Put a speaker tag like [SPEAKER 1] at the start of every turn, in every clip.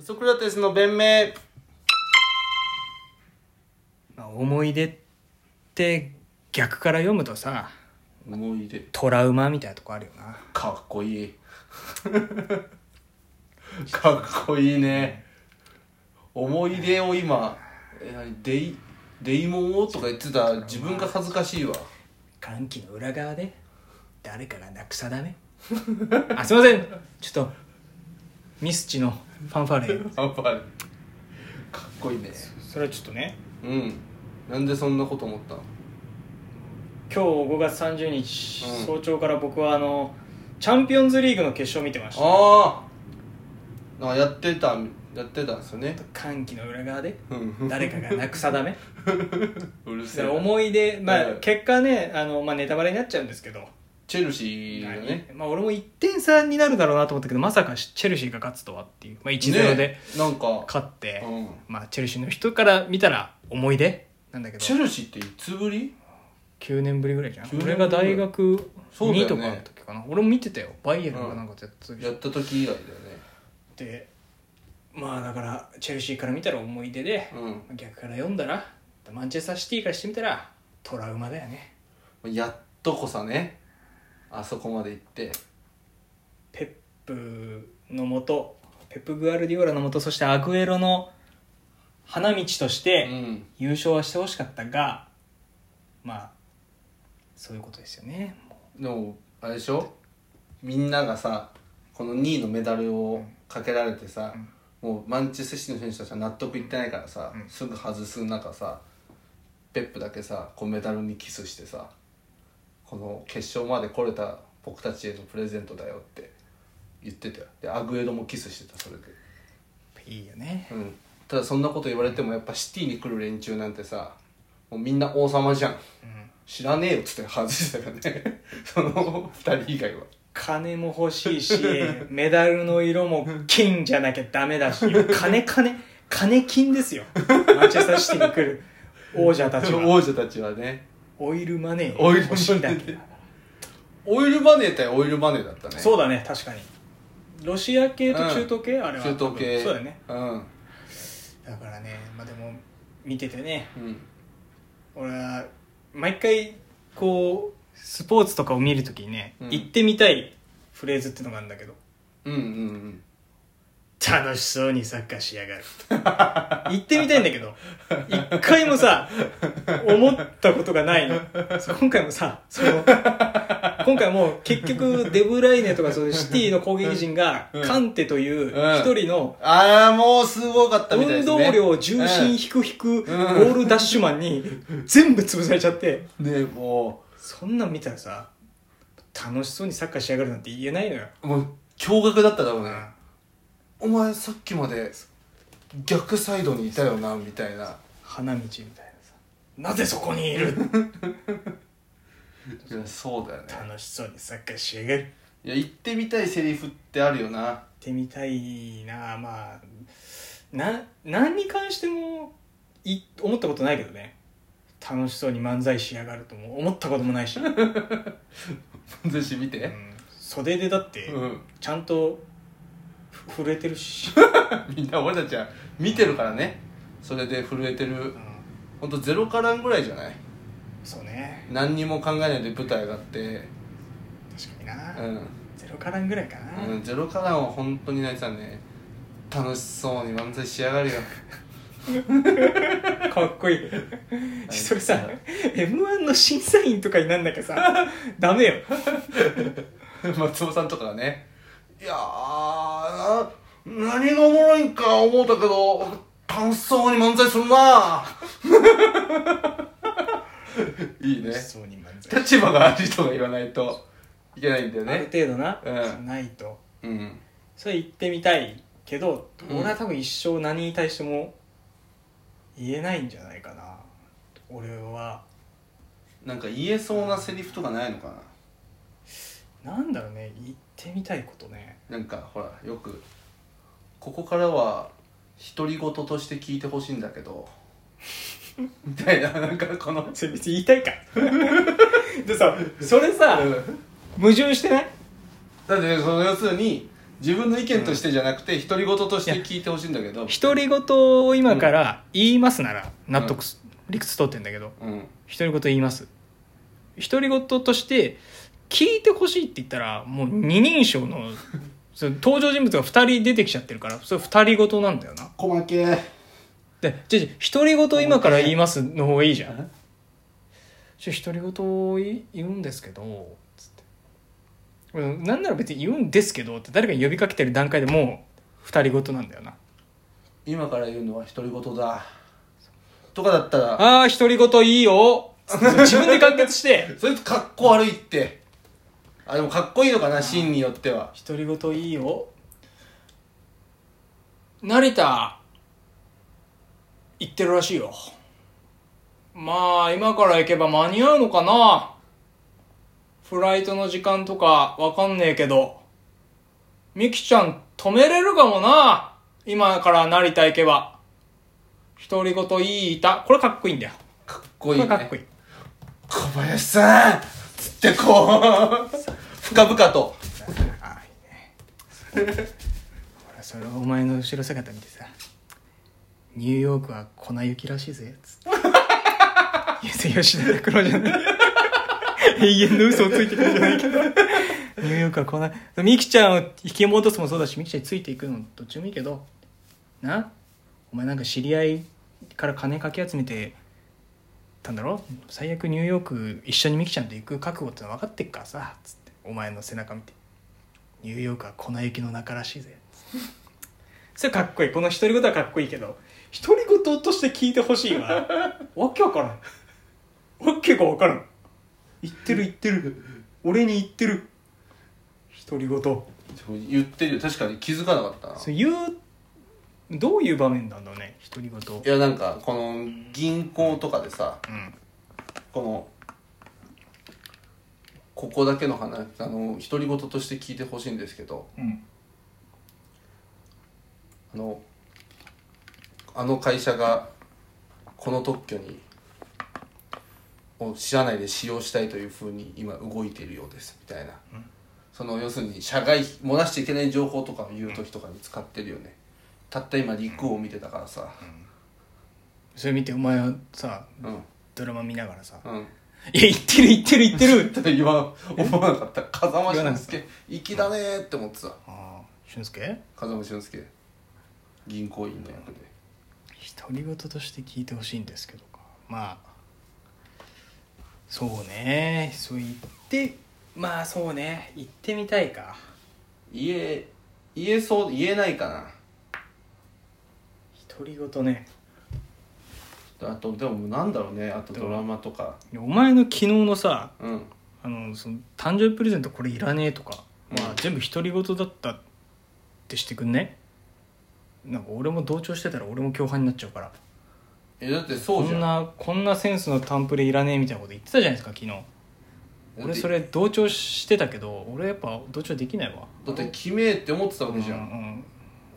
[SPEAKER 1] ソクラテスの弁明
[SPEAKER 2] まあ思い出って逆から読むとさ
[SPEAKER 1] 思い出
[SPEAKER 2] トラウマみたいなとこあるよな
[SPEAKER 1] かっこ いいかっこいいね思い出を今え何デイデイモンをとか言ってた自分が恥ずかしいわ
[SPEAKER 2] 歓喜の裏側で誰からなくさ だめあすいませんちょっとミスチのファンファーレ
[SPEAKER 1] やっぱりかっこいいね
[SPEAKER 2] それはちょっとね
[SPEAKER 1] うんなんでそんなこと思ったの
[SPEAKER 2] 今日5月30日、
[SPEAKER 1] うん
[SPEAKER 2] 早朝から僕はあのチャンピオンズリーグの決勝を見てました
[SPEAKER 1] あーあやってたやってたんですよね
[SPEAKER 2] 歓喜の裏側で
[SPEAKER 1] うん
[SPEAKER 2] 誰かがなくさだめ
[SPEAKER 1] うる
[SPEAKER 2] そ
[SPEAKER 1] せ
[SPEAKER 2] れ
[SPEAKER 1] え
[SPEAKER 2] 思い出、まあ
[SPEAKER 1] うん
[SPEAKER 2] 結果ねあの、まあ、ネタバレになっちゃうんですけど、
[SPEAKER 1] チェルシーがね
[SPEAKER 2] まあ、俺も1点差になるだろうなと思ったけどまさかチェルシーが勝つとはっていう、まあ、1-0で
[SPEAKER 1] ねなんか
[SPEAKER 2] 勝って、
[SPEAKER 1] うん
[SPEAKER 2] まあ、チェルシーの人から見たら思い出なんだけど
[SPEAKER 1] チェルシーっていつぶり
[SPEAKER 2] 9年ぶりぐらいじゃん
[SPEAKER 1] 9年ぶり
[SPEAKER 2] 俺が大学
[SPEAKER 1] そうだよね
[SPEAKER 2] 2とかの時かな、俺も見てたよバイエルンがなんかやった時
[SPEAKER 1] やった時以来だよね
[SPEAKER 2] でまあだからチェルシーから見たら思い出で、
[SPEAKER 1] うん
[SPEAKER 2] 逆から読んだらマンチェスターシティからしてみたらトラウマだよね
[SPEAKER 1] やっとこさねあそこまで行って
[SPEAKER 2] ペップのもとペップ・グアルディオラのもとそしてアグエロの花道とし
[SPEAKER 1] う
[SPEAKER 2] て
[SPEAKER 1] ん
[SPEAKER 2] 優勝はしてほしかったが、まあそういうことですよね
[SPEAKER 1] でもあれでしょみんながさこの2位のメダルをかけられてさ、もうマンチェスターシティの選手たちは納得いってないからさ、すぐ外す中さペップだけさこうメダルにキスしてさこの決勝まで来れた僕たちへのプレゼントだよって言ってたよでアグエドもキスしてたそれで。
[SPEAKER 2] いいよね
[SPEAKER 1] うん、ただそんなこと言われてもやっぱシティに来る連中なんてさもうみんな王様じゃん、知らねえよっつって外してたからね その2人以外は
[SPEAKER 2] 金も欲しいしメダルの色も金じゃなきゃダメだし金金金金ですよマンチェスターシティに来る王者たちは
[SPEAKER 1] 王者たちはね
[SPEAKER 2] オイルマネー
[SPEAKER 1] オイルマネー
[SPEAKER 2] 欲しいだけだ
[SPEAKER 1] オイルマネー対オイルマネーだったね
[SPEAKER 2] そううだね確かにロシア系と中東系、あれは
[SPEAKER 1] 中東系
[SPEAKER 2] そうだよね
[SPEAKER 1] うん、
[SPEAKER 2] だからねまあでも見ててね
[SPEAKER 1] うん、
[SPEAKER 2] 俺は毎回こうスポーツとかを見るときにね、
[SPEAKER 1] うん
[SPEAKER 2] 行ってみたいフレーズってのがあるんだけど
[SPEAKER 1] うんうんうん
[SPEAKER 2] 楽しそうにサッカーしやがる行ってみたいんだけど一回もさ思ったことがないのそう今回もさその今回もう結局デブライネとかそういうシティの攻撃陣が
[SPEAKER 1] うん
[SPEAKER 2] カンテという
[SPEAKER 1] うん
[SPEAKER 2] 一人の
[SPEAKER 1] ああもうすごかったみたいで
[SPEAKER 2] 運
[SPEAKER 1] す
[SPEAKER 2] 動
[SPEAKER 1] ね
[SPEAKER 2] 量重心引く引くゴールダッシュマンに全部潰されちゃって
[SPEAKER 1] うんねも
[SPEAKER 2] そんなん見たらさ楽しそうにサッカーしやがるなんて言えないのよ、
[SPEAKER 1] うもう驚愕だっただろう
[SPEAKER 2] う
[SPEAKER 1] ね、
[SPEAKER 2] ん
[SPEAKER 1] お前さっきまで逆サイドにいたよなみたいな
[SPEAKER 2] 花道みたいなさなぜそこに いる
[SPEAKER 1] いやそうだよね
[SPEAKER 2] 楽しそうにサッカーしやがる
[SPEAKER 1] いや言ってみたいセリフってあるよな
[SPEAKER 2] 行ってみたいなまあな何に関してもい思ったことないけどね楽しそうに漫才しやがるとも思ったこともな いし、うん
[SPEAKER 1] 寿司見て
[SPEAKER 2] 袖でだって
[SPEAKER 1] うん
[SPEAKER 2] ちゃんとふ震えてるし、
[SPEAKER 1] みんな俺たちは見てるからねそれで震えてる
[SPEAKER 2] うん
[SPEAKER 1] ほんとゼロからんぐらいじゃない
[SPEAKER 2] そうね
[SPEAKER 1] 何にも考えないで舞台上がって
[SPEAKER 2] 確かにな、
[SPEAKER 1] う
[SPEAKER 2] ゼロからんぐらいかな、
[SPEAKER 1] ん、うん、ゼロからんは本当に泣いてたね楽しそうに漫才しやがるよ
[SPEAKER 2] かっこいいそれさ m 1の審査員とかになんなきゃさ ダメよ
[SPEAKER 1] 松尾さんとかがねいやーな何がおもろいんか思うたけど楽しそうに漫才するな いいね
[SPEAKER 2] 楽しそうに漫才
[SPEAKER 1] 立場がある人が言わないといけないんだよ
[SPEAKER 2] ある
[SPEAKER 1] ね
[SPEAKER 2] 程度な、
[SPEAKER 1] うん
[SPEAKER 2] ないと
[SPEAKER 1] うん
[SPEAKER 2] それ行ってみたいけど、
[SPEAKER 1] うん
[SPEAKER 2] 俺は多分一生何に対しても言えないんじゃないかな俺は
[SPEAKER 1] なんか言えそうなセリフとかないのか
[SPEAKER 2] なんだろうね言ってみたいことね
[SPEAKER 1] ななんかほらよく「ここからは独り言として聞いてほしいんだけど」みたいななんかこの
[SPEAKER 2] それ別に言いたいか でさそれさ
[SPEAKER 1] うん
[SPEAKER 2] 矛盾してない
[SPEAKER 1] だってその要するに自分の意見としてじゃなくて独り言として聞いてほしいんだけど
[SPEAKER 2] 独り言を今から言いますなら納得す、理屈通ってんだけど
[SPEAKER 1] うん
[SPEAKER 2] 独り言言います独り言として聞いてほしいって言ったらもう二人称のその登場人物が二人出てきちゃってるからそれ二人言なんだよな
[SPEAKER 1] 細けー
[SPEAKER 2] でじゃあじゃあ独り言今から言いますの方がいいじゃんちょ独り言をい言うんですけどつってうんなんなら別に言うんですけどって誰かに呼びかけてる段階でもう二人言なんだよな
[SPEAKER 1] 今から言うのは独り言だとかだったら
[SPEAKER 2] ああ、独り言いいよ。自分で完結して。
[SPEAKER 1] それとかっこ悪いってあでもかっこいいのかなシーンによっては
[SPEAKER 2] 独り言いいよ。成田、行ってるらしいよ。まあ、今から行けば間に合うのかなフライトの時間とかわかんねえけど。みきちゃん止めれるかもな。今から成田行けば。独り言いいた。これかっこいいんだよ。
[SPEAKER 1] かっこ
[SPEAKER 2] こ
[SPEAKER 1] いい、ね、
[SPEAKER 2] れかっこいい。
[SPEAKER 1] 小林さんつってこう深々と
[SPEAKER 2] あいいねほらそれをお前の後ろ姿見てさ「ニューヨークは粉雪らしいぜ」つって「いや吉田拓郎じゃない永遠の嘘をついてくるじゃないけどニューヨークは粉美樹ちゃんを引き戻すもそうだし美樹ちゃんについていくのもどっちでもいいけどなお前なんか知り合いから金かき集めてたんだろ最悪ニューヨーク一緒に美樹ちゃんと行く覚悟ってのは分かってっからさつってお前の背中見てニューヨークは粉雪の中らしいぜ。それかっこいい。この独り言はかっこいいけど、独り言として聞いてほしいわ。 わけわからん。わけがわからん。言ってる言ってる。俺に言ってる。独り言。そ
[SPEAKER 1] 言ってるよ確かに気づかなかったな
[SPEAKER 2] れ言う、どういう場面なんだろうね、独り言。
[SPEAKER 1] いやなんかこの銀行とかでさ
[SPEAKER 2] うん。
[SPEAKER 1] このここだけの話あの独り言として聞いてほしいんですけど
[SPEAKER 2] うん。
[SPEAKER 1] あのあの会社がこの特許にを社内で使用したいというふうに今動いているようですみたいな、その要するに社外漏らしちゃいけない情報とかを言う時とかに使ってるよねたった今陸王を見てたからさ
[SPEAKER 2] それ見て、お前はさ、
[SPEAKER 1] うん
[SPEAKER 2] ドラマ見ながらさ、
[SPEAKER 1] うん
[SPEAKER 2] いや、言ってる言ってる言って る
[SPEAKER 1] ただ言わ思わなかった風間俊介粋だねーって思ってた
[SPEAKER 2] ああ、俊介
[SPEAKER 1] 風間俊介銀行員の役で
[SPEAKER 2] 独り言として聞いてほしいんですけどかまあそうねそう言ってまあそうね行ってみたいか
[SPEAKER 1] 言え言えそう言えないかな
[SPEAKER 2] 独り言ね
[SPEAKER 1] あとでもなんだろうねあとドラマとか
[SPEAKER 2] お前の昨日のさ
[SPEAKER 1] うん
[SPEAKER 2] あのその誕生日プレゼントこれいらねえとか、まあ、全部独り言だったってしてくんねなんか俺も同調してたら俺も共犯になっちゃうから
[SPEAKER 1] えだってそ
[SPEAKER 2] こ
[SPEAKER 1] うじゃ
[SPEAKER 2] ん
[SPEAKER 1] ん
[SPEAKER 2] なこんなセンスのタンプレいらねえみたいなこと言ってたじゃないですか昨日
[SPEAKER 1] だっ
[SPEAKER 2] 俺
[SPEAKER 1] て
[SPEAKER 2] それ同調してたけど俺やっぱ同調できないわ
[SPEAKER 1] だって決めって思ってたわけじゃ
[SPEAKER 2] うんんうん、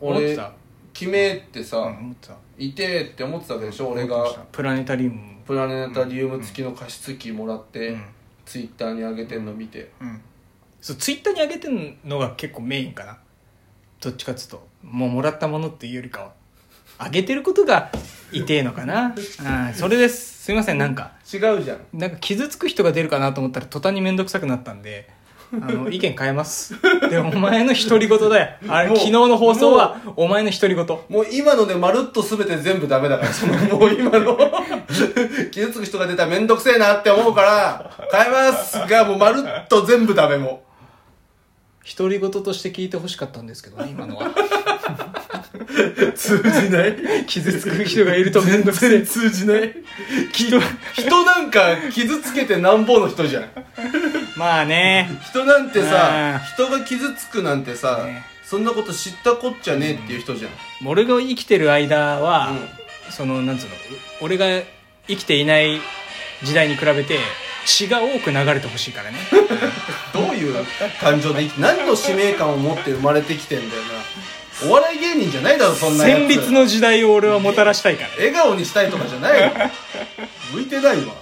[SPEAKER 2] 思って
[SPEAKER 1] 俺
[SPEAKER 2] た
[SPEAKER 1] 決めって
[SPEAKER 2] うん
[SPEAKER 1] さ
[SPEAKER 2] 思ってた
[SPEAKER 1] いてって思ってたわけでしょ俺
[SPEAKER 2] 思ってました
[SPEAKER 1] が
[SPEAKER 2] プラネタリウム
[SPEAKER 1] プラネタリウム付きの加湿器もらって
[SPEAKER 2] うん
[SPEAKER 1] ツイッターに上げてんの見て
[SPEAKER 2] うんそうツイッターに上げてんのが結構メインかなどっちかっつうともうもらったものっていうよりかは上げてることが痛えのかなうんそれですすいませんなんか
[SPEAKER 1] 違うじゃん
[SPEAKER 2] なんか傷つく人が出るかなと思ったら途端に面倒くさくなったんであの意見変えますでお前の独り言だよあれ
[SPEAKER 1] もう
[SPEAKER 2] 昨日の放送はお前の独り言
[SPEAKER 1] もう今のでまるっと全て全部ダメだから、そ のもう今の、傷つく人が出たらめんどくせえなって思うから、変えますが、もうまるっと全部ダメも
[SPEAKER 2] 独り言として聞いてほしかったんです けどね今のは
[SPEAKER 1] う。通じない
[SPEAKER 2] 傷つく人がいると面倒くせえ
[SPEAKER 1] 通じない
[SPEAKER 2] 人
[SPEAKER 1] 人なんか傷つけてなんぼの人じゃん。
[SPEAKER 2] まあね
[SPEAKER 1] 人なんてさ
[SPEAKER 2] ね、
[SPEAKER 1] 人が傷つくなんてさ
[SPEAKER 2] ね、
[SPEAKER 1] そんなこと知ったこっちゃねえっていう人じゃん。
[SPEAKER 2] 俺が生きてる間は、
[SPEAKER 1] うん
[SPEAKER 2] そのなんつうの俺が生きていない時代に比べて血が多く流れてほしいからね
[SPEAKER 1] どういう感情で生き何の使命感を持って生まれてきてんだよな。お笑い芸人じゃないだろ、そんなやつ
[SPEAKER 2] 戦慄の時代を俺はもたらしたいから
[SPEAKER 1] 笑顔にしたいとかじゃないよ向いてないわ